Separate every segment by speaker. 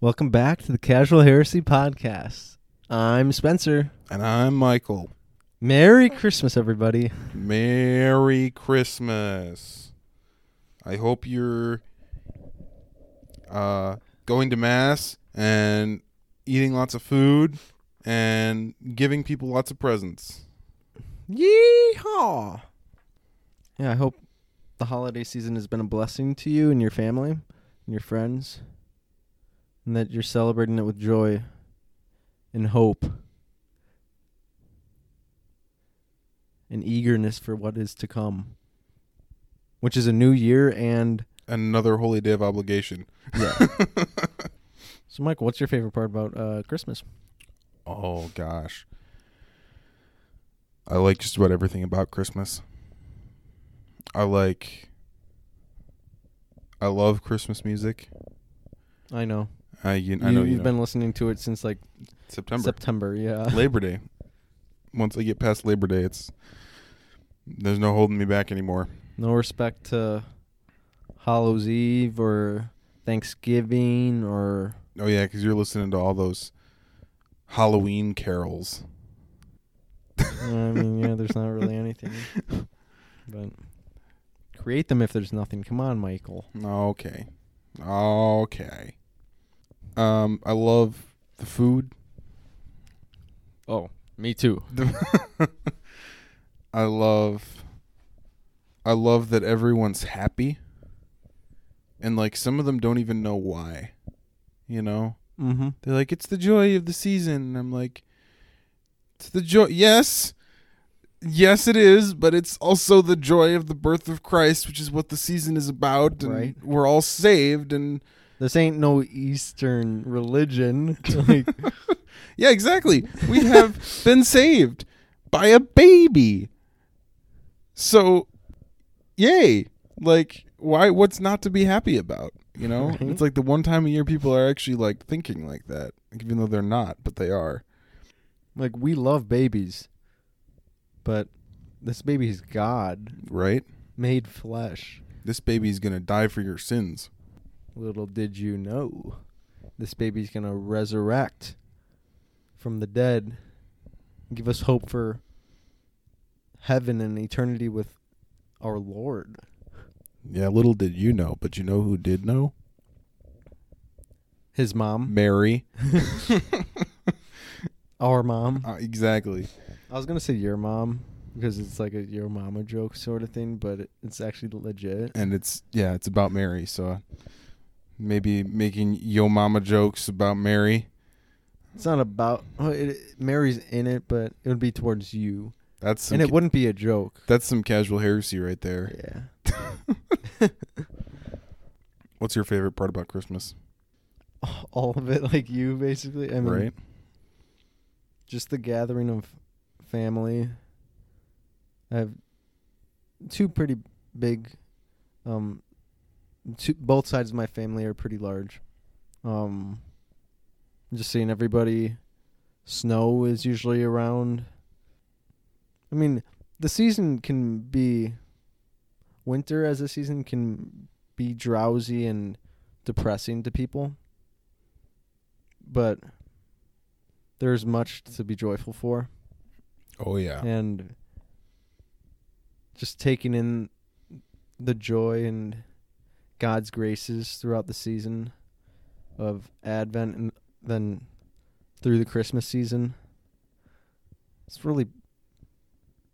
Speaker 1: Welcome back to the Casual Heresy Podcast. I'm Spencer.
Speaker 2: And I'm Michael.
Speaker 1: Merry Christmas, everybody.
Speaker 2: Merry Christmas. I hope you're uh, going to mass and eating lots of food and giving people lots of presents.
Speaker 1: Yeehaw! Yeah, I hope the holiday season has been a blessing to you and your family and your friends, and that you're celebrating it with joy and hope and eagerness for what is to come, which is a new year. And
Speaker 2: Another holy day of obligation.
Speaker 1: so, Michael, what's your favorite part about uh, Christmas?
Speaker 2: Oh gosh. I like just about everything about Christmas. I like I love Christmas music.
Speaker 1: I know.
Speaker 2: I you,
Speaker 1: You-
Speaker 2: I know
Speaker 1: you've
Speaker 2: you know.
Speaker 1: been listening to it since like
Speaker 2: September.
Speaker 1: September, yeah.
Speaker 2: Labor Day. Once I get past Labor Day, it's there's no holding me back anymore.
Speaker 1: No respect to Hallows Eve or Thanksgiving or
Speaker 2: Oh yeah, because you're listening to all those Halloween carols.
Speaker 1: I mean, yeah, there's not really anything. But create them if there's nothing. Come on, Michael.
Speaker 2: Okay, okay. Um, I love the food.
Speaker 1: Oh, me too.
Speaker 2: I love. I love that everyone's happy. And like some of them don't even know why, you know.
Speaker 1: Mm-hmm.
Speaker 2: They're like, it's the joy of the season. And I'm like, it's the joy. Yes. Yes, it is. But it's also the joy of the birth of Christ, which is what the season is about. And
Speaker 1: Right.
Speaker 2: we're all saved. And
Speaker 1: This ain't no Eastern religion. like,
Speaker 2: yeah, exactly. We have been saved by a baby. So, yay. Like, why? What's not to be happy about? You know?
Speaker 1: Right.
Speaker 2: It's like the one time a year people are actually like thinking like that, even though they're not, but they are.
Speaker 1: like we love babies, but this baby's God
Speaker 2: Right?
Speaker 1: made flesh.
Speaker 2: This baby's gonna die for your sins.
Speaker 1: Little did you know, this baby's going to resurrect from the dead, give us hope for heaven and eternity with our Lord.
Speaker 2: Yeah, little did you know, but you know who did know?
Speaker 1: His mom,
Speaker 2: Mary.
Speaker 1: our mom.
Speaker 2: Uh, exactly.
Speaker 1: I was going to say your mom because it's like a your mama joke sort of thing, but it, it's actually legit.
Speaker 2: And it's yeah, it's about Mary. So uh, maybe making yo mama jokes about Mary.
Speaker 1: It's not about oh, it, it- Mary's in it, but it would be towards you.
Speaker 2: That's some
Speaker 1: and it
Speaker 2: ca-
Speaker 1: wouldn't be a joke.
Speaker 2: that's some casual heresy right there.
Speaker 1: Yeah.
Speaker 2: What's your favorite part about Christmas?
Speaker 1: All of it like you basically. I mean,
Speaker 2: right?
Speaker 1: just the gathering of family. I have two pretty big, um, two both sides of my family are pretty large. Um, just seeing everybody. Snow is usually around. I mean, the season can be. Winter as a season can be drowsy and depressing to people. But there's much to be joyful for
Speaker 2: Oh yeah.
Speaker 1: and just taking in the joy and God's graces throughout the season of Advent and then through the Christmas season. It's really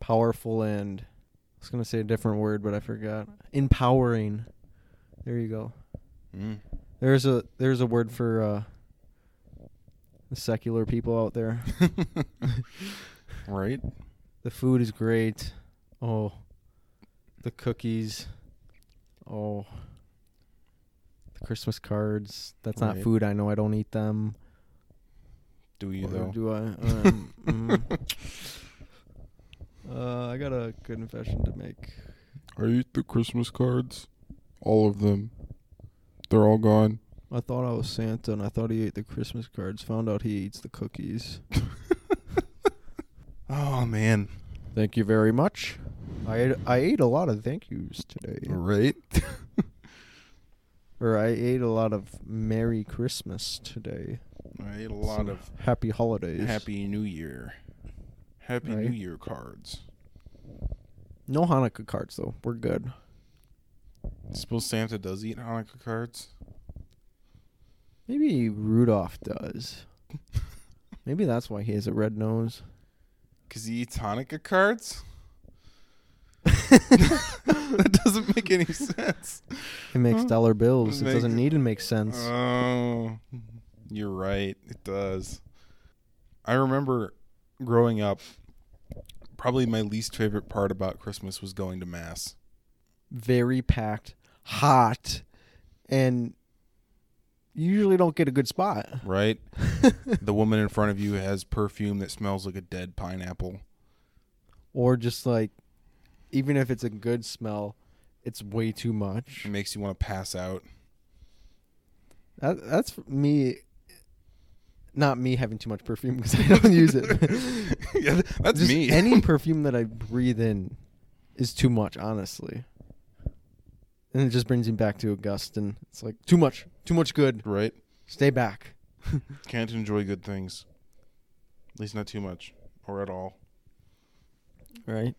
Speaker 1: powerful and I was going to say a different word, but I forgot. Empowering. There you go.
Speaker 2: Mm.
Speaker 1: There's a there's a word for uh, the secular people out there.
Speaker 2: Right?
Speaker 1: The food is great. Oh, the cookies. Oh, the Christmas cards. That's not
Speaker 2: Right.
Speaker 1: food. I know I don't eat them.
Speaker 2: Do you
Speaker 1: Or
Speaker 2: though?
Speaker 1: do I? Um, mm. uh, I got a good confession to make.
Speaker 2: I eat the Christmas cards. All of them. They're all gone.
Speaker 1: I thought I was Santa and I thought he ate the Christmas cards. Found out he eats the cookies.
Speaker 2: Oh man.
Speaker 1: Thank you very much. I ate, I ate a lot of thank yous today.
Speaker 2: Right?
Speaker 1: or I ate a lot of Merry Christmas today.
Speaker 2: I ate a lot
Speaker 1: Some
Speaker 2: of
Speaker 1: Happy Holidays.
Speaker 2: Happy New Year. Happy
Speaker 1: Right.
Speaker 2: New Year cards.
Speaker 1: No Hanukkah cards though. We're good.
Speaker 2: Suppose Santa does eat Hanukkah cards.
Speaker 1: Maybe Rudolph does. Maybe that's why he has a red nose.
Speaker 2: Because he eats Hanukkah cards? that doesn't make any sense.
Speaker 1: It makes dollar bills. It
Speaker 2: Makes-
Speaker 1: doesn't need to make sense.
Speaker 2: Oh, you're right. It does. I remember growing up, probably my least favorite part about Christmas was going to Mass.
Speaker 1: Very packed, hot, and you usually don't get a good spot.
Speaker 2: Right? the woman in front of you has perfume that smells like a dead pineapple.
Speaker 1: or just like, even if it's a good smell, it's way too much.
Speaker 2: It makes you want to pass out.
Speaker 1: That, that's me. Not me having too much perfume because I don't use it.
Speaker 2: yeah, th- that's
Speaker 1: Just
Speaker 2: me.
Speaker 1: any perfume that I breathe in is too much, honestly. And it just brings me back to Augustine. It's like too much, too much good.
Speaker 2: right?
Speaker 1: Stay back.
Speaker 2: Can't enjoy good things. At least not too much or at all.
Speaker 1: Right.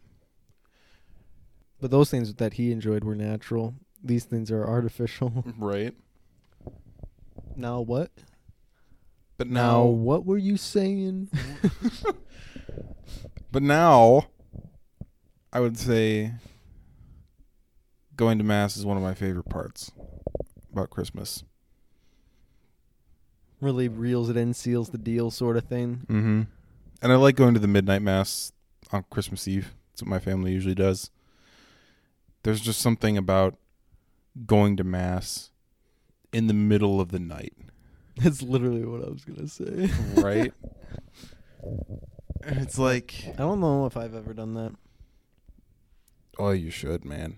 Speaker 1: But those things that he enjoyed were natural. These things are artificial.
Speaker 2: Right?
Speaker 1: now what?
Speaker 2: But
Speaker 1: Now
Speaker 2: now,
Speaker 1: what were you saying?
Speaker 2: but now I would say going to mass is one of my favorite parts about Christmas.
Speaker 1: really reels it in, seals the deal, sort of thing.
Speaker 2: Mhm. And I like going to the midnight mass on Christmas Eve. That's what my family usually does. There's just something about going to mass in the middle of the night.
Speaker 1: That's literally what I was gonna say.
Speaker 2: right? and it's like,
Speaker 1: I don't know if I've ever done that.
Speaker 2: oh, you should, man.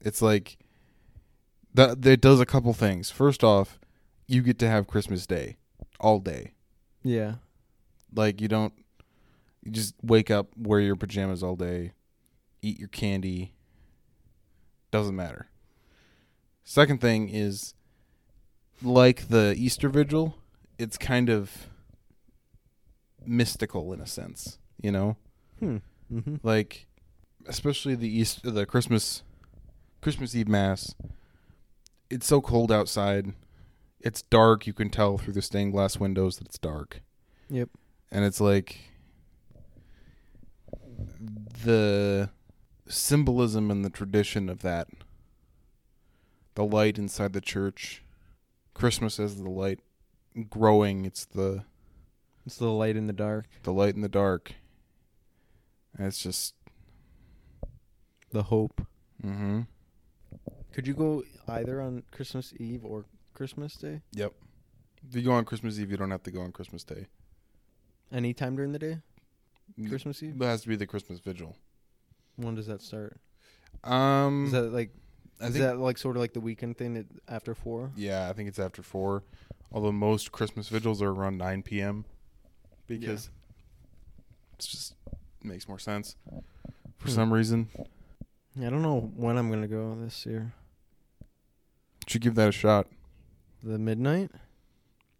Speaker 2: It's like that. That does a couple things. First off, you get to have Christmas Day all day.
Speaker 1: Yeah.
Speaker 2: Like you don't, you just wake up, wear your pajamas all day, eat your candy. Doesn't matter. Second thing is, like the Easter Vigil, it's kind of mystical in a sense. You know,
Speaker 1: Hmm. Mm-hmm.
Speaker 2: like especially the east the christmas christmas eve mass it's so cold outside it's dark you can tell through the stained glass windows that it's dark
Speaker 1: Yep.
Speaker 2: and it's like the symbolism and the tradition of that the light inside the church christmas as the light growing it's the
Speaker 1: It's the light in the dark.
Speaker 2: the light in the dark. And it's just,
Speaker 1: the hope.
Speaker 2: mm-hmm.
Speaker 1: Could you go either on Christmas Eve or Christmas Day?
Speaker 2: Yep. If you go on Christmas Eve, you don't have to go on Christmas Day.
Speaker 1: Any time during the day?
Speaker 2: Mm.
Speaker 1: Christmas Eve?
Speaker 2: It has to be the Christmas vigil.
Speaker 1: When does that start?
Speaker 2: Um,
Speaker 1: Is that like
Speaker 2: I
Speaker 1: is
Speaker 2: think,
Speaker 1: that like sort of like the weekend thing that after four?
Speaker 2: yeah, I think it's after four. Although most Christmas vigils are around nine p.m. because it's just makes more sense for
Speaker 1: Hmm.
Speaker 2: some reason.
Speaker 1: I don't know when I'm gonna go this year.
Speaker 2: Should give that a shot
Speaker 1: The midnight.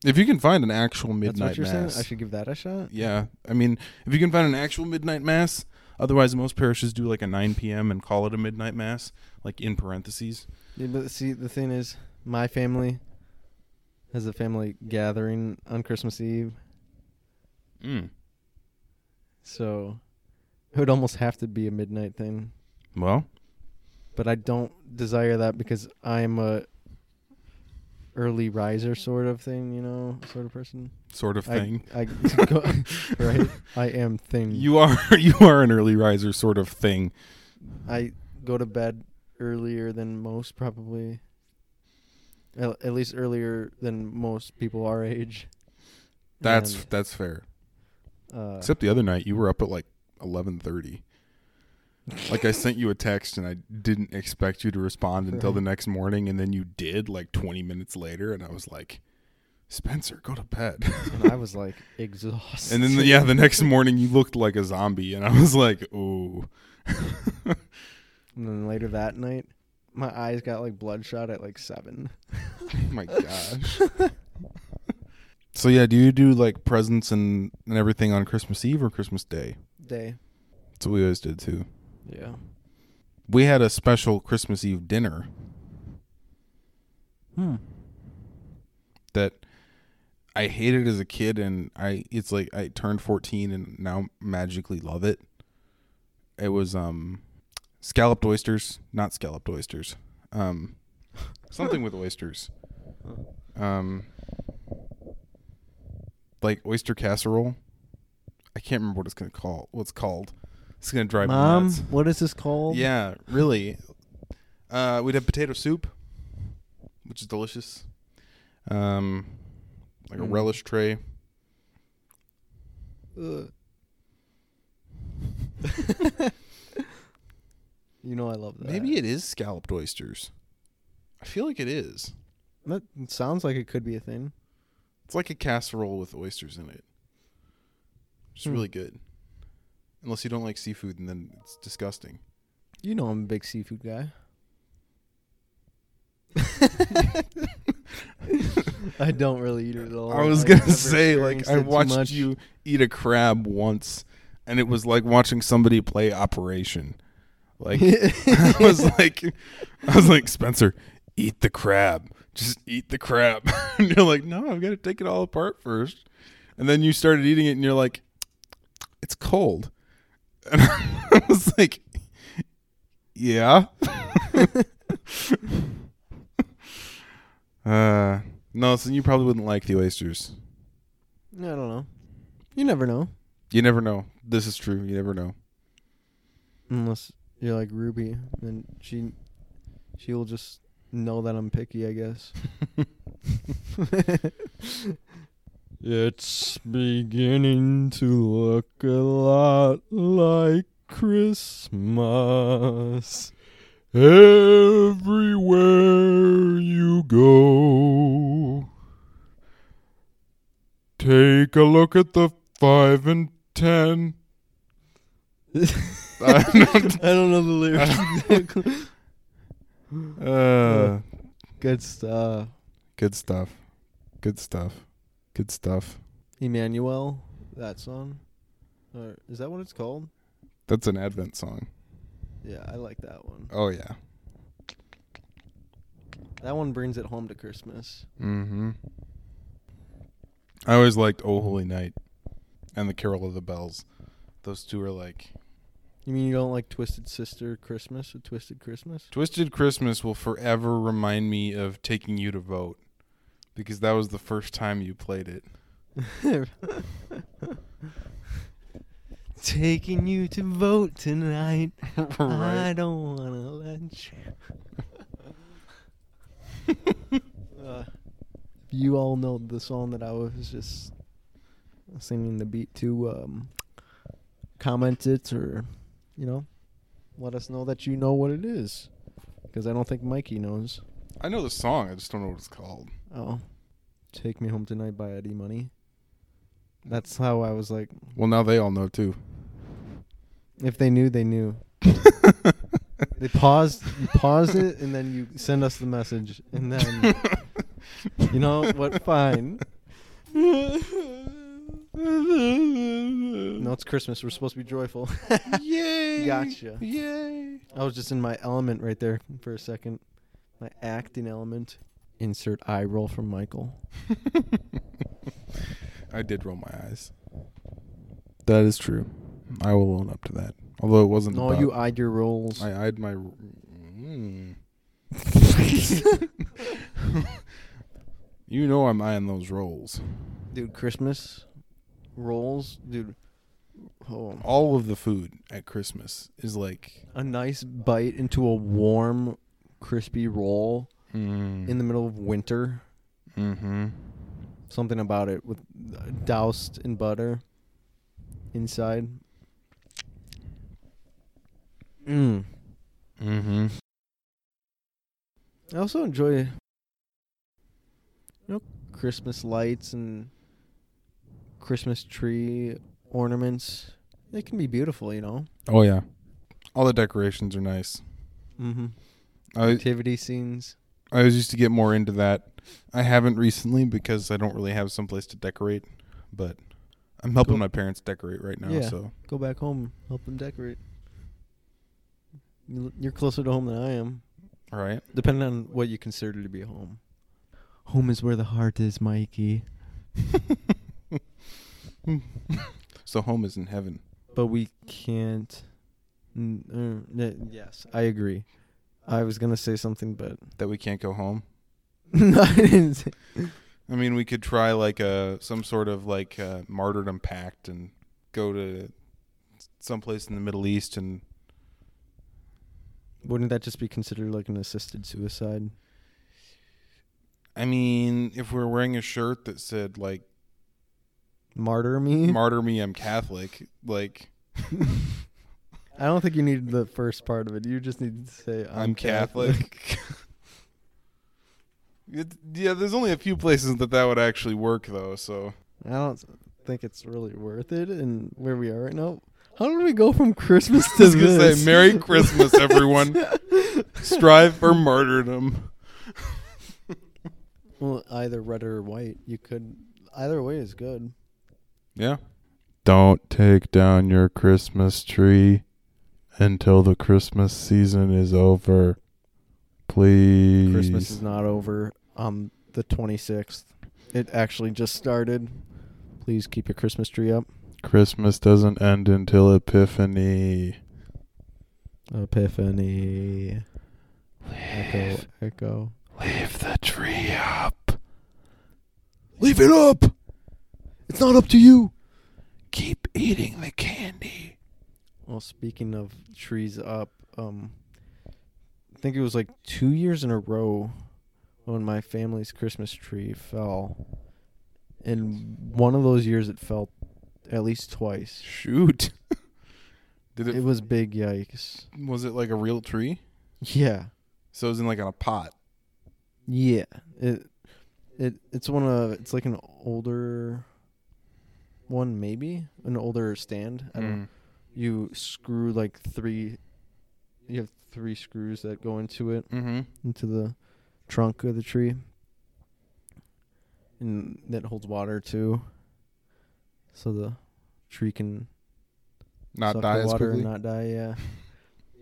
Speaker 2: if you can find an actual
Speaker 1: That's what
Speaker 2: midnight
Speaker 1: you're
Speaker 2: mass.
Speaker 1: saying. I should give that a shot.
Speaker 2: Yeah, I mean, if you can find an actual midnight mass, otherwise most parishes do like a 9 p.m. and call it a midnight mass, like in parentheses.
Speaker 1: Yeah, but see, the thing is, my family has a family gathering on Christmas Eve, Hmm.
Speaker 2: Mm.
Speaker 1: so it would almost have to be a midnight thing.
Speaker 2: Well,
Speaker 1: but I don't desire that because I'm a early riser sort of thing, you know, sort of person.
Speaker 2: sort of
Speaker 1: I-
Speaker 2: thing.
Speaker 1: I, go, right. I am thing.
Speaker 2: Mm. You are you are an early riser sort of thing.
Speaker 1: I go to bed earlier than most probably. At, at least earlier than most people our age.
Speaker 2: That's that's fair.
Speaker 1: And, uh,
Speaker 2: Except the other night you were up at like 11:30. Like I sent you a text and I didn't expect you to respond until the
Speaker 1: Right.
Speaker 2: next morning and then you did like 20 minutes later and I was like, "Spencer, go to bed."
Speaker 1: and I was like exhausted.
Speaker 2: And then, the, yeah, the next morning you looked like a zombie, and I was like, "Ooh, Oh
Speaker 1: And then later that night, my eyes got like bloodshot at like seven.
Speaker 2: Oh my gosh. so yeah, do you do like presents and, and everything on Christmas Eve or Christmas Day?
Speaker 1: Day.
Speaker 2: That's what we always did too.
Speaker 1: Yeah.
Speaker 2: We had a special Christmas Eve dinner
Speaker 1: Hmm.
Speaker 2: that I hated as a kid and I it's like I turned 14 and now magically love it. It was um scalloped oysters, not scalloped oysters. Um something with oysters. Um like oyster casserole. I can't remember what it's going to call what's called. It's going to drive me
Speaker 1: Mom,
Speaker 2: nuts.
Speaker 1: what is this called?
Speaker 2: Yeah, really. Uh, we'd have potato soup, which is delicious. Um, like a
Speaker 1: Mm.
Speaker 2: relish tray.
Speaker 1: Ugh. you know I love that.
Speaker 2: Maybe it is scalloped oysters. I feel like it is.
Speaker 1: That sounds like it could be a thing.
Speaker 2: It's like a casserole with oysters in it. It's
Speaker 1: Hmm.
Speaker 2: really good. Unless you don't like seafood, and then it's disgusting.
Speaker 1: You know I'm a big seafood guy. I don't really eat it at all.
Speaker 2: I was
Speaker 1: I've
Speaker 2: gonna
Speaker 1: never
Speaker 2: say, like,
Speaker 1: experienced
Speaker 2: I
Speaker 1: it too much.
Speaker 2: watched you eat a crab once, and it was like watching somebody play Operation. Like, I was like, I was like, Spencer, eat the crab. Just eat the crab. and you're like, no, I've got to take it all apart first. And then you started eating it, and you're like, it's cold. And I was like, yeah. uh, no, so you probably wouldn't like the oysters.
Speaker 1: I don't know. You never know.
Speaker 2: You never know. This is true. You never know.
Speaker 1: Unless you're like Ruby, then she she will just know that I'm picky, I guess. it's beginning to look a lot like Christmas everywhere you go.
Speaker 2: Take a look at the five and ten.
Speaker 1: I don't, know the lyrics. exactly.
Speaker 2: Uh,
Speaker 1: Good stuff.
Speaker 2: good stuff. Good stuff. Good stuff.
Speaker 1: Emmanuel, that song. Or is that what it's called?
Speaker 2: That's an Advent song.
Speaker 1: Yeah, I like that one.
Speaker 2: Oh yeah.
Speaker 1: That one brings it home to Christmas.
Speaker 2: Mm-hmm. I always liked "Oh Holy Night" and "The Carol of the Bells." Those two are like
Speaker 1: You mean you don't like Twisted Sister Christmas or Twisted Christmas?
Speaker 2: "Twisted Christmas" will forever remind me of taking you to vote because that was the first time you played it.
Speaker 1: Taking you to vote tonight. I
Speaker 2: Right.
Speaker 1: don't want to let you. uh, you all know the song that I was just singing the beat to. Um, comment it or, you know, let us know that you know what it is. Because I don't think Mikey knows.
Speaker 2: I know the song. I just don't know what it's called.
Speaker 1: Oh. Take Me Home Tonight by Eddie Money. That's how I was like,
Speaker 2: Well, now they all know too.
Speaker 1: if they knew, they knew. They paused, you paused it, and then you send us the message, and then you know what? Fine. No, it's Christmas. We're supposed to be joyful.
Speaker 2: Yay!
Speaker 1: Gotcha.
Speaker 2: Yay!
Speaker 1: I was just in my element right there for a second, my acting element. Insert eye roll from Michael.
Speaker 2: I did roll my eyes. That is true. I will own up to that. Although it wasn't.
Speaker 1: No,
Speaker 2: about-
Speaker 1: you eyed your rolls.
Speaker 2: I eyed my. Mm. you know I'm eyeing those rolls.
Speaker 1: dude, Christmas rolls, dude. Oh,
Speaker 2: All of the food at Christmas is like
Speaker 1: a nice bite into a warm, crispy roll in the middle of winter.
Speaker 2: Mm-hmm.
Speaker 1: Something about it with uh, doused in butter inside. Mm.
Speaker 2: Mm-hmm.
Speaker 1: I also enjoy, you know, Christmas lights and Christmas tree ornaments. They can be beautiful, you know.
Speaker 2: Oh yeah. All the decorations are nice.
Speaker 1: Mm-hmm.
Speaker 2: I
Speaker 1: activity scenes.
Speaker 2: I was used to get more into that. I haven't recently because I don't really have someplace to decorate, but I'm helping
Speaker 1: Cool.
Speaker 2: my parents decorate right now.
Speaker 1: Yeah.
Speaker 2: So
Speaker 1: Go back home, help them decorate. You- You're closer to home than I am,
Speaker 2: all right,
Speaker 1: depending on what you consider to be home. Home is where the heart is, Mikey.
Speaker 2: so home is in heaven.
Speaker 1: But we can't. Mm, uh, n- yes, I agree. I was gonna say something, but
Speaker 2: That we can't go home.
Speaker 1: no, I didn't say-
Speaker 2: I mean, we could try like a some sort of like uh martyrdom pact and go to someplace in the Middle East and
Speaker 1: wouldn't that just be considered like an assisted suicide?
Speaker 2: I mean, if we're wearing a shirt that said like
Speaker 1: Martyr me?
Speaker 2: "Martyr me, I'm Catholic," like
Speaker 1: I don't think you needed the first part of it. You just needed to say I'm,
Speaker 2: I'm, Catholic. It- yeah, there's only a few places that that would actually work though. So
Speaker 1: I don't think it's really worth it. And where we are right now, how did we go from Christmas
Speaker 2: I
Speaker 1: to
Speaker 2: was gonna
Speaker 1: this?
Speaker 2: say, "Merry Christmas, everyone! Strive for martyrdom."
Speaker 1: well, either red or white. You could either way is good.
Speaker 2: Yeah. Don't take down your Christmas tree until the Christmas season is over. Please.
Speaker 1: Christmas is not over on the 26th. It actually just started. Please keep your Christmas tree up.
Speaker 2: Christmas doesn't end until Epiphany.
Speaker 1: Epiphany. Echo. Echo.
Speaker 2: Leave the tree up. Leave it up.
Speaker 1: It's not up to you.
Speaker 2: Keep eating the candy.
Speaker 1: Well, speaking of trees up, um, I think it was like two years in a row when my family's Christmas tree fell, and one of those years it fell at least twice.
Speaker 2: Shoot. Did it,
Speaker 1: It was big yikes.
Speaker 2: was it like a real tree?
Speaker 1: Yeah,
Speaker 2: So it was in like on a pot.
Speaker 1: yeah. It, it, it's one of it's like an older one, maybe an older stand. I don't.
Speaker 2: Mm.
Speaker 1: You screw like three. You have three screws that go into it.
Speaker 2: Mhm.
Speaker 1: into the trunk of the tree. And that holds water too. So the tree can
Speaker 2: Not
Speaker 1: suck
Speaker 2: die
Speaker 1: the
Speaker 2: as
Speaker 1: water
Speaker 2: quickly.
Speaker 1: and not die, yeah.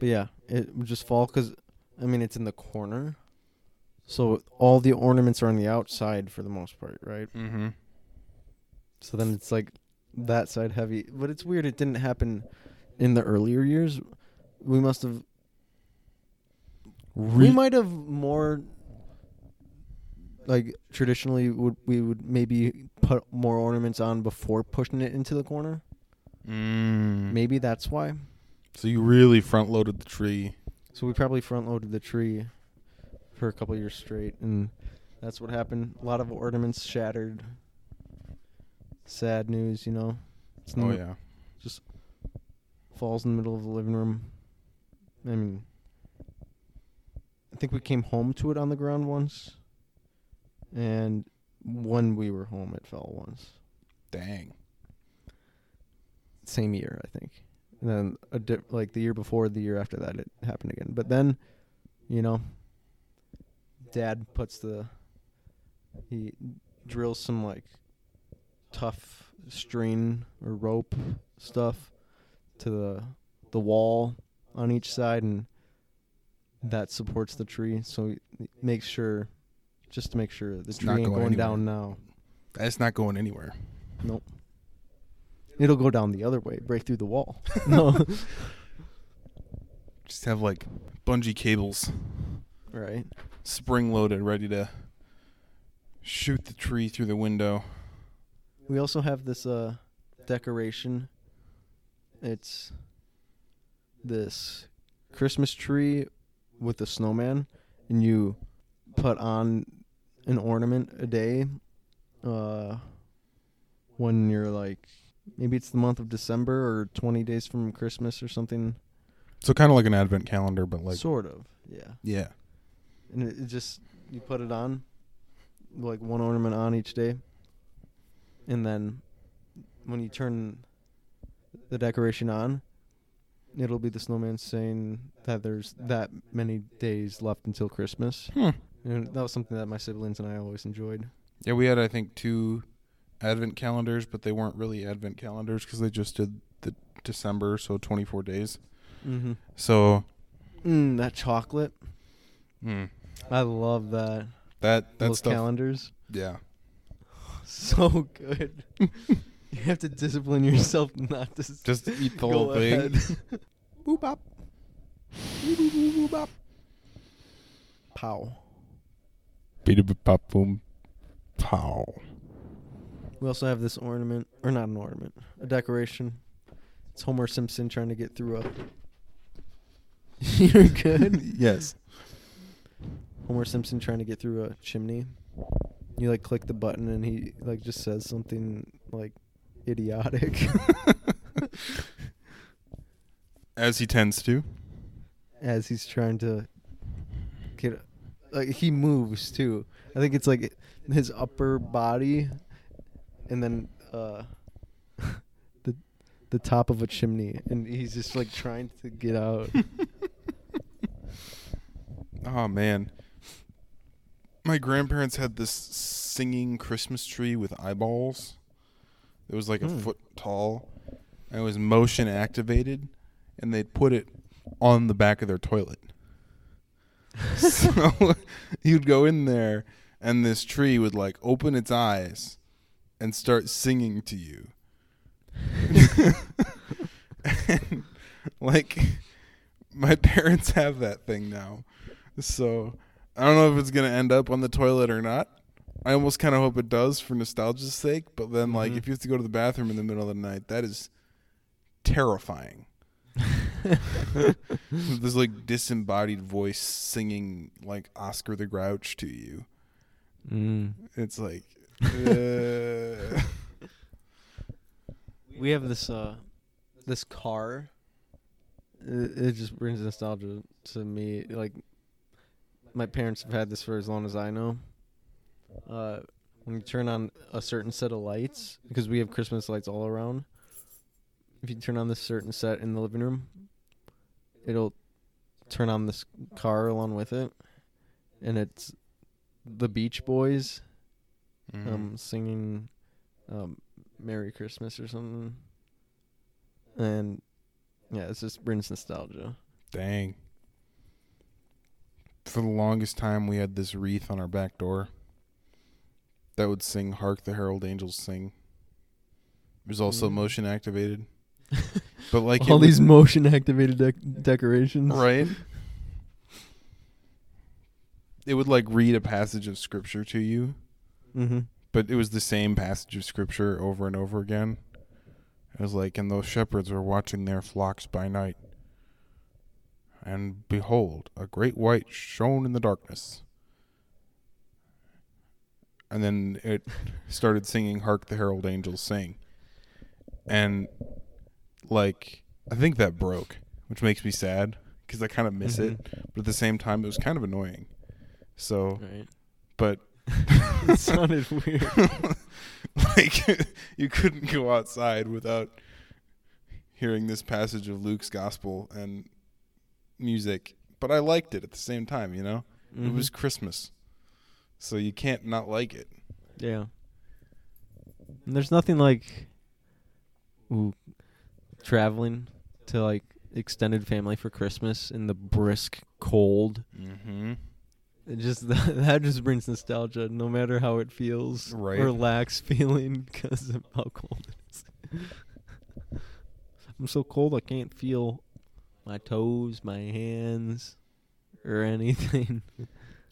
Speaker 1: but yeah, it would just fall cuz I mean it's in the corner. So all the ornaments are on the outside for the most part, right?
Speaker 2: mhm.
Speaker 1: So then it's like that side heavy. But it's weird it didn't happen in the earlier years. We must have we
Speaker 2: Re-
Speaker 1: might have more like traditionally would we would maybe put more ornaments on before pushing it into the corner
Speaker 2: Mm.
Speaker 1: maybe that's why
Speaker 2: So you really front loaded the tree.
Speaker 1: so we probably front loaded the tree for a couple years straight and that's what happened a lot of ornaments shattered sad news you know it's in
Speaker 2: Oh
Speaker 1: the-
Speaker 2: yeah.
Speaker 1: just falls in the middle of the living room i mean i think we came home to it on the ground once and when we were home it fell once
Speaker 2: Dang.
Speaker 1: same year i think and then a di- like the year before the year after that it happened again but then you know dad puts the he drills some like tough string or rope stuff to the the wall on each side and that supports the tree so he makes sure just to make sure the
Speaker 2: It's
Speaker 1: tree
Speaker 2: not
Speaker 1: ain't
Speaker 2: going
Speaker 1: going down now
Speaker 2: That's not going anywhere.
Speaker 1: it'll go down the other way break through the wall no
Speaker 2: Just have like bungee cables
Speaker 1: right
Speaker 2: spring loaded ready to shoot the tree through the window.
Speaker 1: We also have this uh decoration. It's this Christmas tree with a snowman and you put on an ornament a day uh when you're like maybe it's the month of December or 20 days from Christmas or something
Speaker 2: So kind of like an advent calendar but like
Speaker 1: sort of. Yeah.
Speaker 2: yeah.
Speaker 1: And it, it just you put it on, like one ornament on each day, and then when you turn the decoration on, it'll be the snowman saying that there's that many days left until Christmas.
Speaker 2: Hmm.
Speaker 1: And that was something that my siblings and I always enjoyed.
Speaker 2: Yeah, we had I think two advent calendars, but they weren't really advent calendars because they just did the December, so 24 days.
Speaker 1: Mm-hmm.
Speaker 2: So
Speaker 1: Mm, that chocolate,
Speaker 2: hmm,
Speaker 1: I love that.
Speaker 2: that that
Speaker 1: Those
Speaker 2: stuff,
Speaker 1: calendars,
Speaker 2: yeah.
Speaker 1: so good. you have to discipline yourself not to s-
Speaker 2: Just eat the
Speaker 1: go
Speaker 2: whole
Speaker 1: ahead.
Speaker 2: thing. Boop bop. Boop, boop, boop, boop, bop.
Speaker 1: Pow.
Speaker 2: Beep, boop, bop, boom. Pow.
Speaker 1: We also have this ornament, or not an ornament, a decoration. It's Homer Simpson trying to get through a. You're good.
Speaker 2: yes.
Speaker 1: Homer Simpson trying to get through a chimney. You like click the button and he like just says something like idiotic,
Speaker 2: As he tends to.
Speaker 1: as he's trying to get. Like he moves too. I think it's like his upper body, and then uh, the the top of a chimney, and he's just like trying to get out.
Speaker 2: Oh man. My grandparents had this singing Christmas tree with eyeballs. It was like
Speaker 1: Hmm.
Speaker 2: a foot tall. And it was motion activated and they'd put it on the back of their toilet. so you'd go in there and this tree would like open its eyes and start singing to you. and, like my parents have that thing now. So I don't know if it's gonna end up on the toilet or not. I almost kind of hope it does for nostalgia's sake, but then like
Speaker 1: Mhm.
Speaker 2: if you have to go to the bathroom in the middle of the night, that is terrifying. There's like disembodied voice singing like Oscar the Grouch to you.
Speaker 1: Mm.
Speaker 2: It's like uh,
Speaker 1: We have this uh, this car. It, it just brings nostalgia to me. Like my parents have had this for as long as I know. Uh, when you turn on a certain set of lights, because we have Christmas lights all around, if you turn on this certain set in the living room, it'll turn on this car along with it, and it's the Beach Boys
Speaker 2: Mm-hmm.
Speaker 1: um, singing um, "Merry Christmas" or something, and yeah, it's just brings nostalgia.
Speaker 2: Dang. For the longest time, we had this wreath on our back door that would sing "Hark the Herald Angels Sing." It was also
Speaker 1: Mm.
Speaker 2: motion activated, but like it
Speaker 1: All
Speaker 2: would-
Speaker 1: these motion activated dec- decorations.
Speaker 2: right? It would like read a passage of scripture to you,
Speaker 1: Mm-hmm.
Speaker 2: but it was the same passage of scripture over and over again. It was like, and those shepherds were watching their flocks by night. And behold, a great white shone in the darkness. And then it started singing, Hark the Herald Angels Sing. And, like, I think that broke, which makes me sad because I kind of miss it. But at the same time, it was kind of annoying. So,
Speaker 1: Right.
Speaker 2: but
Speaker 1: it sounded weird.
Speaker 2: like you couldn't go outside without hearing this passage of Luke's gospel and music. But I liked it at the same time, you know?
Speaker 1: Mm-hmm.
Speaker 2: It was Christmas. So you can't not like it.
Speaker 1: yeah. And there's nothing like, ooh, traveling to like extended family for Christmas in the brisk cold.
Speaker 2: Mm-hmm.
Speaker 1: It just that, just brings nostalgia, no matter how it feels
Speaker 2: Right.
Speaker 1: or lacks feeling because of how cold it is. I'm so cold I can't feel my toes, my hands, or anything.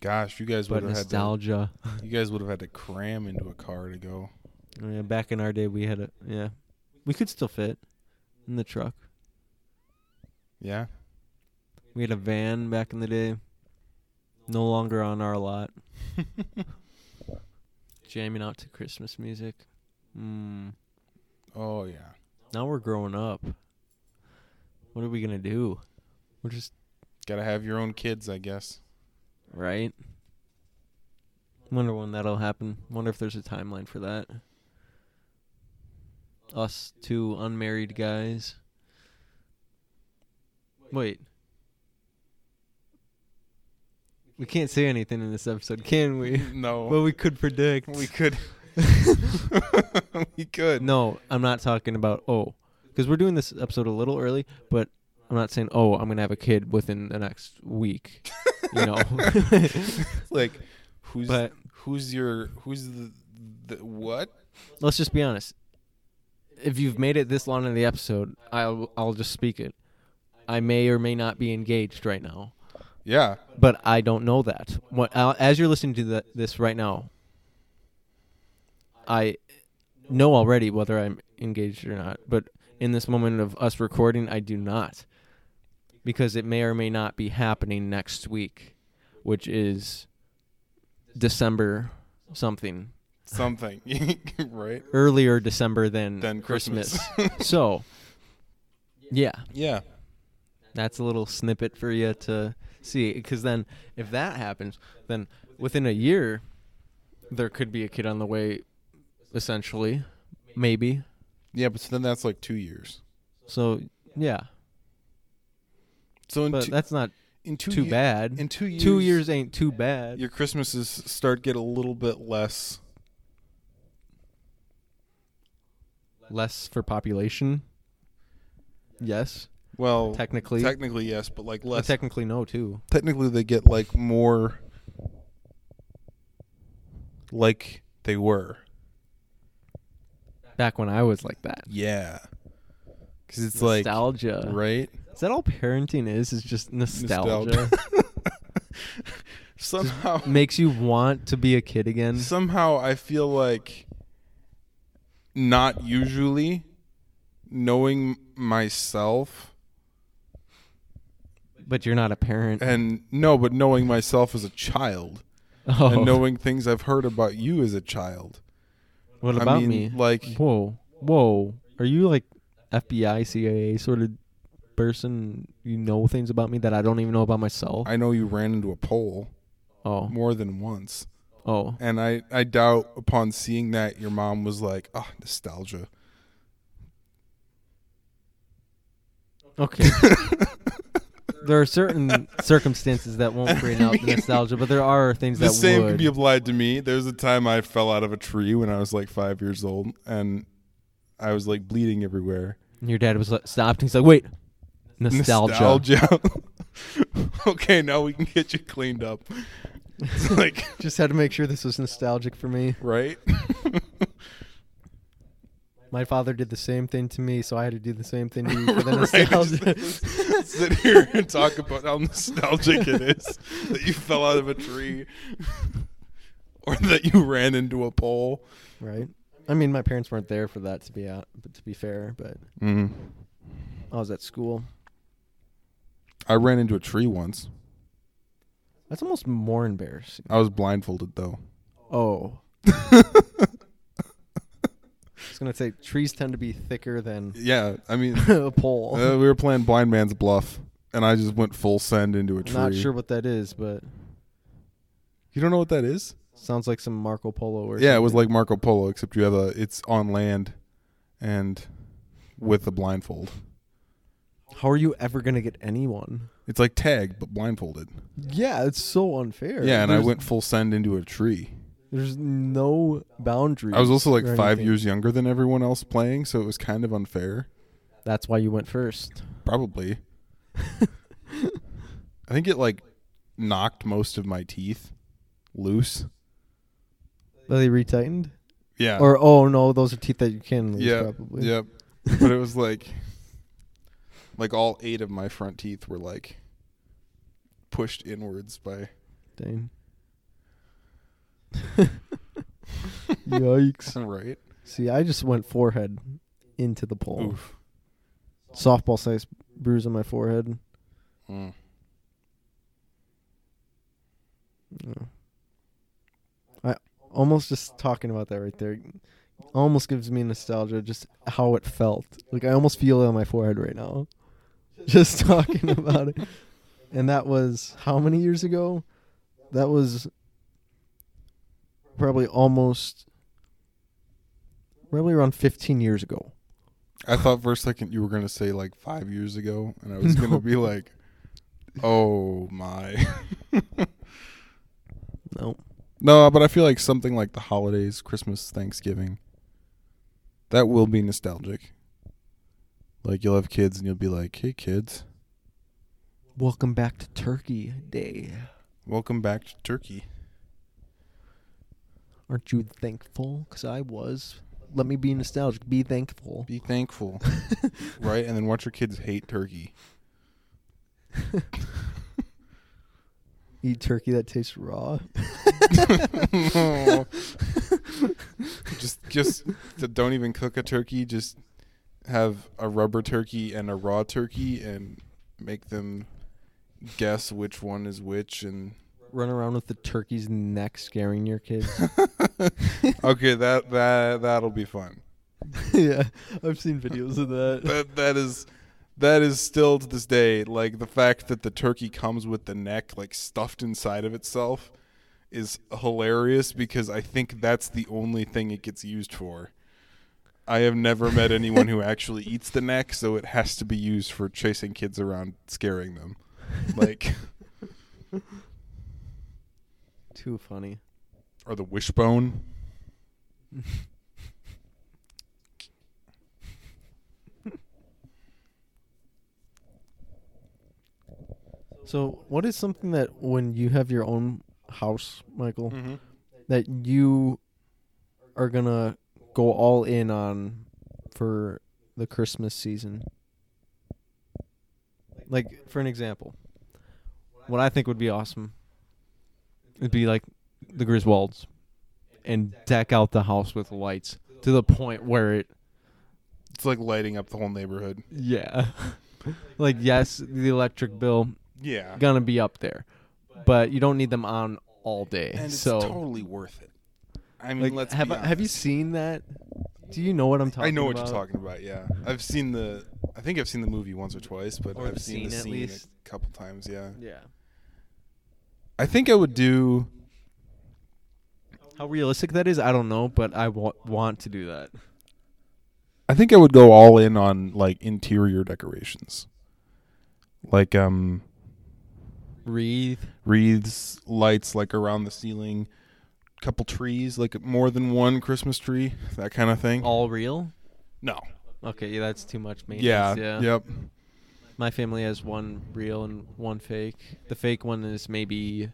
Speaker 2: Gosh, you guys would
Speaker 1: But
Speaker 2: have had to,
Speaker 1: nostalgia.
Speaker 2: you guys would have had to cram into a car to go.
Speaker 1: Yeah, back in our day, we had a yeah, we could still fit in the truck.
Speaker 2: Yeah.
Speaker 1: We had a van back in the day. No longer on our lot. Jamming out to Christmas music. Mm.
Speaker 2: Oh yeah.
Speaker 1: Now we're growing up. What are we gonna do? We're just
Speaker 2: Gotta have your own kids, I guess.
Speaker 1: right. Wonder when that'll happen. Wonder if there's a timeline for that. Us two unmarried guys Wait. We can't say anything in this episode, can we?
Speaker 2: No,
Speaker 1: Well, we could predict.
Speaker 2: we could. we could.
Speaker 1: No, I'm not talking about oh, because we're doing this episode a little early, but I'm not saying oh, I'm gonna have a kid within the next week. You know,
Speaker 2: like, who's
Speaker 1: but
Speaker 2: who's your who's the, the what?
Speaker 1: let's just be honest. If you've made it this long in the episode, I'll I'll just speak it. I may or may not be engaged right now,
Speaker 2: Yeah,
Speaker 1: but I don't know that. What I'll, as you're listening to the, this right now, I know already whether I'm engaged or not. But in this moment of us recording, I do not, because it may or may not be happening next week, which is December something
Speaker 2: something, right?
Speaker 1: earlier December than,
Speaker 2: Than Christmas.
Speaker 1: Christmas. so, yeah,
Speaker 2: Yeah,
Speaker 1: that's a little snippet for you to see. Because then, if that happens, then within a year, there could be a kid on the way, essentially, maybe.
Speaker 2: yeah, but then that's like two years.
Speaker 1: So, yeah,
Speaker 2: So in
Speaker 1: but
Speaker 2: two,
Speaker 1: that's not
Speaker 2: in two
Speaker 1: too
Speaker 2: ye-
Speaker 1: bad.
Speaker 2: In two years,
Speaker 1: Two years ain't too bad.
Speaker 2: your Christmases start get a little bit less.
Speaker 1: Less for population. Yes,
Speaker 2: Well,
Speaker 1: technically.
Speaker 2: technically yes, but like
Speaker 1: Well,
Speaker 2: less.
Speaker 1: technically, no, too.
Speaker 2: technically, they get like more, like they were.
Speaker 1: Back when I was like that.
Speaker 2: Yeah, because it's
Speaker 1: nostalgia.
Speaker 2: like right
Speaker 1: Is that all parenting is? Is just nostalgia.
Speaker 2: somehow.
Speaker 1: Makes you want to be a kid again.
Speaker 2: somehow I feel like not usually knowing myself
Speaker 1: But you're not a parent.
Speaker 2: and no, but knowing myself as a child
Speaker 1: Oh,
Speaker 2: and knowing things I've heard about you as a child.
Speaker 1: what about
Speaker 2: I mean,
Speaker 1: me?
Speaker 2: like
Speaker 1: Whoa, whoa. Are you like FBI, CIA sort of person? You know things about me that I don't even know about myself.
Speaker 2: I know you ran into a pole
Speaker 1: oh,
Speaker 2: more than once,
Speaker 1: oh.
Speaker 2: and I I doubt upon seeing that your mom was like, "Ah, nostalgia."
Speaker 1: Okay. there are certain circumstances that won't bring out the nostalgia, but there are things
Speaker 2: The
Speaker 1: that
Speaker 2: same
Speaker 1: would.
Speaker 2: can be applied to me. There's a time I fell out of a tree when I was like five years old, and I was like bleeding everywhere.
Speaker 1: And your dad was like, stopped. and He's like, wait, nostalgia.
Speaker 2: Nostalgia. okay, now we can get you cleaned up. It's like,
Speaker 1: Just had to make sure this was nostalgic for me.
Speaker 2: right?
Speaker 1: My father did the same thing to me, so I had to do the same thing to you for the
Speaker 2: Right.
Speaker 1: nostalgia.
Speaker 2: Sit here and talk about how nostalgic it is that you fell out of a tree or that you ran into a pole.
Speaker 1: right? I mean, my parents weren't there for that to be out, but to be fair, but
Speaker 2: Mm.
Speaker 1: I was at school.
Speaker 2: I ran into a tree once.
Speaker 1: That's almost more embarrassing.
Speaker 2: I was blindfolded, though.
Speaker 1: Oh. I was gonna say trees tend to be thicker than
Speaker 2: Yeah, I mean,
Speaker 1: a pole.
Speaker 2: uh, we were playing Blind Man's Bluff, and I just went full send into a tree.
Speaker 1: Not sure what that is, but
Speaker 2: You don't know what that is?
Speaker 1: sounds like some Marco Polo or
Speaker 2: Yeah, it was
Speaker 1: something.
Speaker 2: like Marco Polo, except you have a it's on land and with a blindfold.
Speaker 1: How are you ever gonna get anyone?
Speaker 2: It's like tag but blindfolded.
Speaker 1: Yeah, it's so unfair.
Speaker 2: Yeah, and I
Speaker 1: There's-
Speaker 2: went full send into a tree.
Speaker 1: There's no boundary.
Speaker 2: I was also like
Speaker 1: or
Speaker 2: five
Speaker 1: anything.
Speaker 2: years younger than everyone else playing, so it was kind of unfair.
Speaker 1: That's why you went first.
Speaker 2: Probably. I think it like knocked most of my teeth loose.
Speaker 1: Are they retightened?
Speaker 2: Yeah.
Speaker 1: Or oh no, those are teeth that you can lose
Speaker 2: yeah.
Speaker 1: probably.
Speaker 2: Yep. but it was like like all eight of my front teeth were like pushed inwards by
Speaker 1: Dang. Yikes.
Speaker 2: right.
Speaker 1: See, I just went forehead into the pole.
Speaker 2: Oof.
Speaker 1: Softball sized bruise on my forehead.
Speaker 2: Mm.
Speaker 1: Yeah. I almost just talking about that right there almost gives me nostalgia just how it felt. Like I almost feel it on my forehead right now. Just talking about it. And that was how many years ago? That was probably almost probably around 15 years ago.
Speaker 2: I thought for a second you were gonna say like five years ago, and I was gonna
Speaker 1: No.
Speaker 2: be like, "Oh my."
Speaker 1: No.
Speaker 2: no, but I feel like something like the holidays, Christmas, Thanksgiving. That will be nostalgic. Like you'll have kids, and you'll be like, "Hey, kids,
Speaker 1: Welcome back to Turkey Day.
Speaker 2: welcome back to Turkey."
Speaker 1: Aren't you thankful? Because I was. Let me be nostalgic. Be thankful.
Speaker 2: Be thankful, right? And then watch your kids hate turkey.
Speaker 1: Eat turkey that tastes raw.
Speaker 2: No. just just d- don't even cook a turkey just have a rubber turkey and a raw turkey and make them guess which one is which and
Speaker 1: Run around with the turkey's neck scaring your kids.
Speaker 2: okay that that that'll be fun
Speaker 1: yeah, I've seen videos of that.
Speaker 2: that that is that is still to this day like the fact that the turkey comes with the neck like stuffed inside of itself is hilarious because I think that's the only thing it gets used for. I have never met anyone who actually eats the neck, so it has to be used for chasing kids around, scaring them. Like
Speaker 1: Too funny.
Speaker 2: or the wishbone.
Speaker 1: So, what is something that when you have your own house, Michael, that you are gonna go all in on for the Christmas season? Like, for an example, what I think would be awesome would be like the Griswolds and deck out the house with lights to the point where it
Speaker 2: It's like lighting up the whole neighborhood.
Speaker 1: Yeah. like yes, the electric bill
Speaker 2: Yeah.
Speaker 1: gonna be up there, but you don't need them on all day.
Speaker 2: And it's
Speaker 1: so
Speaker 2: totally worth it. I mean,
Speaker 1: like,
Speaker 2: Mm, let's
Speaker 1: have
Speaker 2: be
Speaker 1: I- have you
Speaker 2: honest.
Speaker 1: seen that? Do you know what I'm talking?
Speaker 2: I know what
Speaker 1: about?
Speaker 2: you're talking about. Yeah, I've seen the. I think I've seen the movie once or twice, but
Speaker 1: Or
Speaker 2: I've
Speaker 1: the
Speaker 2: seen the
Speaker 1: scene, at
Speaker 2: scene
Speaker 1: least.
Speaker 2: a couple times. Yeah,
Speaker 1: Yeah.
Speaker 2: I think I would do.
Speaker 1: How realistic that is, I don't know, but I wa- want to do that.
Speaker 2: I think I would go all in on like interior decorations, like um
Speaker 1: Wreath.
Speaker 2: wreaths, lights like around the ceiling, couple trees, like more than one Christmas tree, that kind of thing.
Speaker 1: All real?
Speaker 2: No.
Speaker 1: Okay, yeah, that's too much
Speaker 2: Yeah.
Speaker 1: maintenance.
Speaker 2: Yep.
Speaker 1: My family has one real and one fake. The fake one is maybe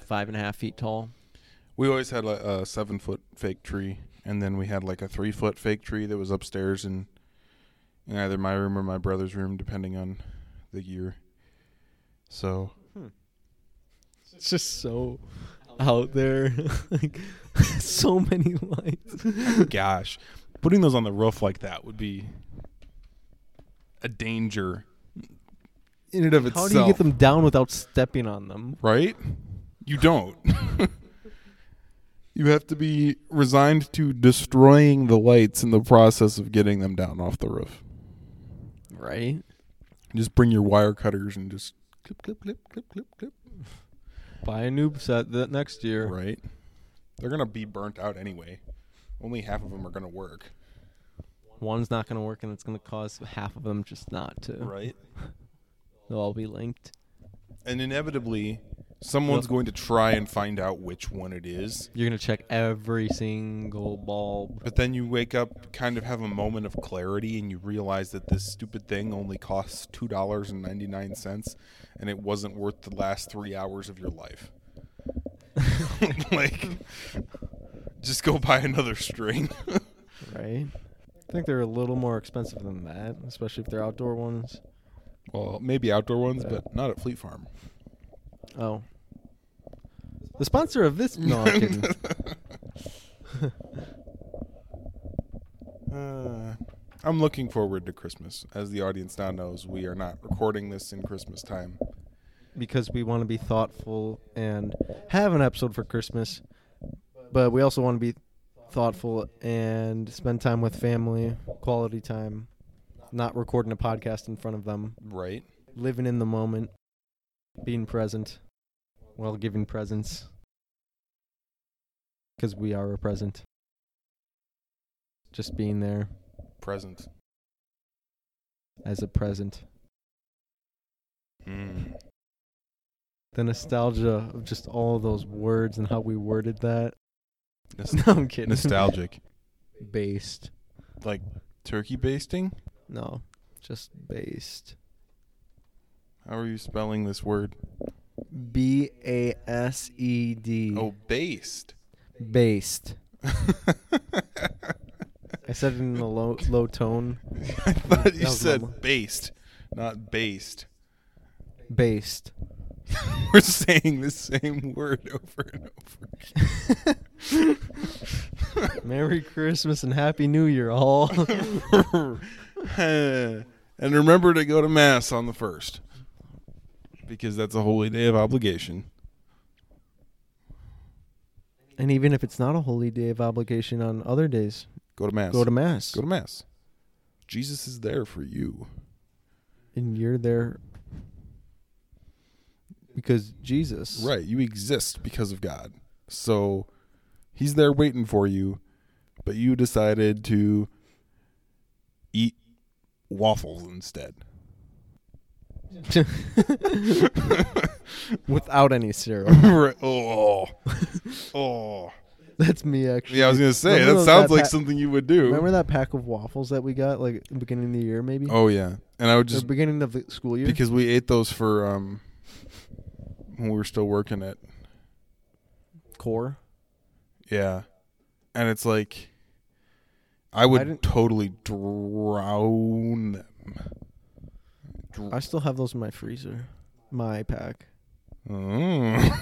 Speaker 1: five and a half feet tall.
Speaker 2: We always had like a seven foot fake tree, and then we had like a three foot fake tree that was upstairs in, in either my room or my brother's room, depending on the year. So
Speaker 1: It's just so out there. like so many lights.
Speaker 2: gosh, putting those on the roof like that would be a danger in and of
Speaker 1: How
Speaker 2: itself.
Speaker 1: do you get them down without stepping on them?
Speaker 2: right? You don't. you have to be resigned to destroying the lights in the process of getting them down off the roof.
Speaker 1: Right?
Speaker 2: Just bring your wire cutters and just clip, clip, clip, clip, clip, clip.
Speaker 1: Buy a noob set that next year.
Speaker 2: Right? They're gonna be burnt out anyway. Only half of them are gonna work.
Speaker 1: One's not going to work and it's going to cause half of them just not to.
Speaker 2: Right?
Speaker 1: They'll all be linked.
Speaker 2: And inevitably, someone's
Speaker 1: Yep.
Speaker 2: going to try and find out which one it is.
Speaker 1: You're going to check every single bulb.
Speaker 2: But then you wake up, kind of have a moment of clarity, and you realize that this stupid thing only costs two dollars and ninety nine cents, and it wasn't worth the last three hours of your life. like, just go buy another string.
Speaker 1: Right? I think they're a little more expensive than that, especially if they're outdoor ones.
Speaker 2: well, maybe outdoor ones, but not at Fleet Farm.
Speaker 1: Oh. The sponsor of this. No, I'm kidding.
Speaker 2: Uh, I'm looking forward to Christmas. As the audience now knows, we are not recording this in Christmas time.
Speaker 1: because we want to be thoughtful and have an episode for Christmas, but we also want to be thoughtful and spend time with family, quality time, not recording a podcast in front of them,
Speaker 2: Right.
Speaker 1: living in the moment, being present while giving presents because we are a present. Just being there.
Speaker 2: present.
Speaker 1: as a present.
Speaker 2: Mm.
Speaker 1: The nostalgia of just all those words and how we worded that.
Speaker 2: Nos-
Speaker 1: No, I'm kidding.
Speaker 2: nostalgic.
Speaker 1: Based.
Speaker 2: Turkey basting?
Speaker 1: No, just based.
Speaker 2: How are you spelling this word?
Speaker 1: B A S E D.
Speaker 2: Oh, based.
Speaker 1: Based. I
Speaker 2: I
Speaker 1: said it in a low low tone.
Speaker 2: thought you
Speaker 1: That was
Speaker 2: said
Speaker 1: normal.
Speaker 2: based, not based.
Speaker 1: Based.
Speaker 2: We're saying the same word over and over again.
Speaker 1: Merry Christmas and Happy New Year, all.
Speaker 2: and remember to go to mass on the first because that's a holy day of obligation
Speaker 1: and even if it's not a holy day of obligation on other days,
Speaker 2: go to mass
Speaker 1: go to mass,
Speaker 2: Go to mass jesus is there for you
Speaker 1: and you're there because Jesus.
Speaker 2: right you exist because of god so he's there waiting for you but you decided to eat waffles instead
Speaker 1: Without any syrup.
Speaker 2: Right. oh oh
Speaker 1: That's me actually.
Speaker 2: yeah i was gonna say
Speaker 1: Remember
Speaker 2: that sounds
Speaker 1: that
Speaker 2: like
Speaker 1: pa-
Speaker 2: something you would do
Speaker 1: Remember that pack of waffles that we got like at the beginning of the year, maybe?
Speaker 2: oh yeah and i would
Speaker 1: the
Speaker 2: just
Speaker 1: beginning of the school year.
Speaker 2: Because we ate those for um when we were still working at
Speaker 1: core.
Speaker 2: yeah, and it's like I
Speaker 1: I
Speaker 2: would
Speaker 1: didn't-
Speaker 2: totally drown them.
Speaker 1: I still have those in my freezer. My pack.
Speaker 2: Mm.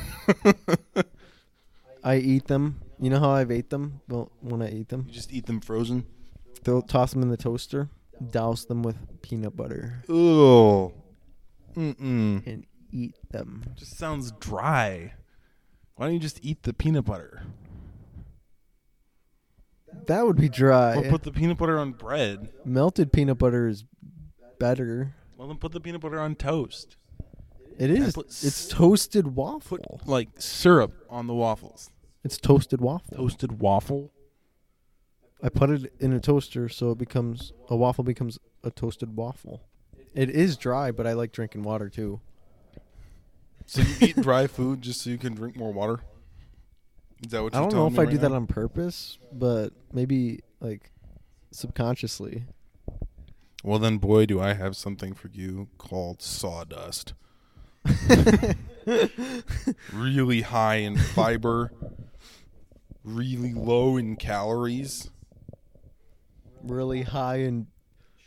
Speaker 1: I eat them. You know how I've ate them? Well, when I eat them,
Speaker 2: you just eat them frozen.
Speaker 1: they'll toss them in the toaster, douse them with peanut butter,
Speaker 2: Ugh. Mm-mm.
Speaker 1: and eat them.
Speaker 2: Just sounds dry. Why don't you just eat the peanut butter?
Speaker 1: That would be dry.
Speaker 2: Or put the peanut butter on bread.
Speaker 1: Melted peanut butter is better.
Speaker 2: Well, then put the peanut butter on toast.
Speaker 1: It is.
Speaker 2: put s-
Speaker 1: it's toasted waffle.
Speaker 2: Like syrup on the waffles.
Speaker 1: It's toasted waffle.
Speaker 2: Toasted waffle.
Speaker 1: I put it in a toaster so it becomes a waffle becomes a toasted waffle. It is dry, but I like drinking water too.
Speaker 2: So you eat dry food just so you can drink more water? Is that what
Speaker 1: I
Speaker 2: you're
Speaker 1: don't know if
Speaker 2: telling me
Speaker 1: I
Speaker 2: right
Speaker 1: do that
Speaker 2: now?
Speaker 1: on purpose, but maybe like subconsciously.
Speaker 2: Well, then, boy, do I have something for you called sawdust. really high in fiber, really low in calories,
Speaker 1: Really high and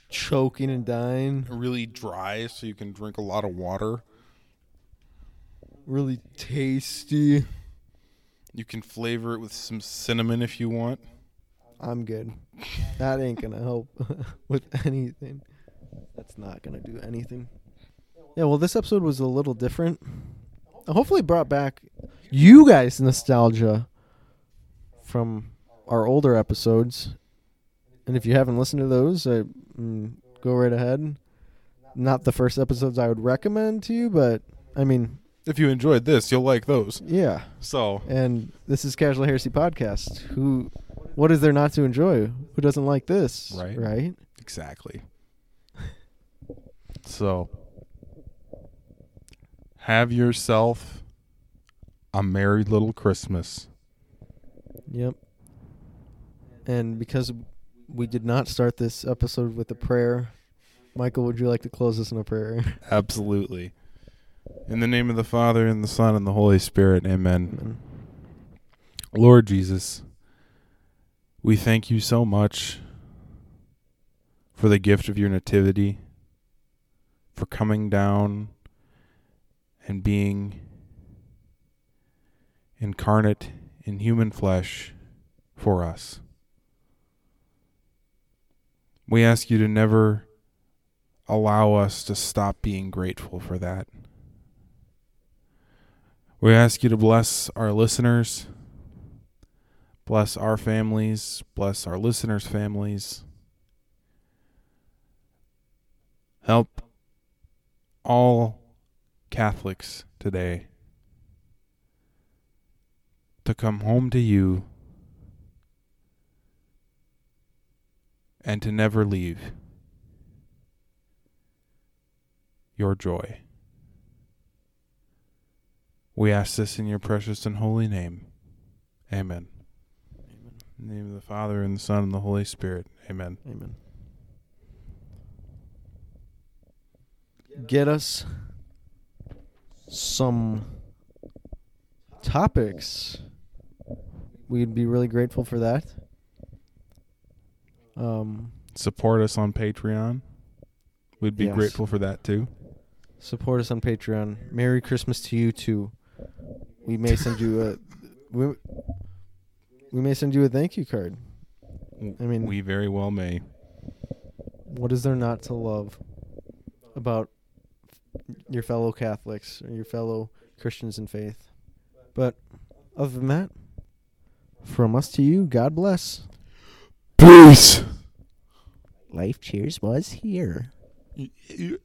Speaker 1: choking and dying.
Speaker 2: really dry so you can drink a lot of water.
Speaker 1: Really tasty.
Speaker 2: You can flavor it with some cinnamon if you want.
Speaker 1: I'm good. That ain't gonna help with anything. That's not gonna do anything. Yeah, well, this episode was a little different. Hopefully, brought back you guys' nostalgia from our older episodes. And if you haven't listened to those, I, mm, go right ahead. Not the first episodes I would recommend to you, but I mean,
Speaker 2: If you enjoyed this, you'll like those.
Speaker 1: yeah.
Speaker 2: So,
Speaker 1: And this is Casual Heresy Podcast. Who, what is there not to enjoy? Who doesn't like this?
Speaker 2: Right.
Speaker 1: Right.
Speaker 2: Exactly. So, have yourself a merry little Christmas.
Speaker 1: Yep. And because we did not start this episode with a prayer, Michael, would you like to close us in a prayer?
Speaker 2: Absolutely. In the name of the Father, and the Son, and the Holy Spirit, amen.
Speaker 1: Amen.
Speaker 2: Lord Jesus, we thank you so much for the gift of your nativity, for coming down and being incarnate in human flesh for us. We ask you to never allow us to stop being grateful for that. We ask you to bless our listeners. Bless our families. Bless our listeners' families. Help all Catholics today to come home to you and to never leave your joy. We ask this in your precious and holy name.
Speaker 1: Amen.
Speaker 2: Amen. In the name of the Father, and the Son, and the Holy Spirit. Amen.
Speaker 1: Amen. Get us some topics. We'd be really grateful for that. Um,
Speaker 2: Support us on Patreon. We'd be
Speaker 1: Yes.
Speaker 2: grateful for that too.
Speaker 1: support us on Patreon. Merry Christmas to you too. We may send you a we, we may send you a thank you card. I mean,
Speaker 2: we very well may.
Speaker 1: what is there not to love about your fellow Catholics or your fellow Christians in faith? But other than that, from us to you, God bless.
Speaker 2: Peace.
Speaker 3: Life Cheers was here.
Speaker 2: Y- y-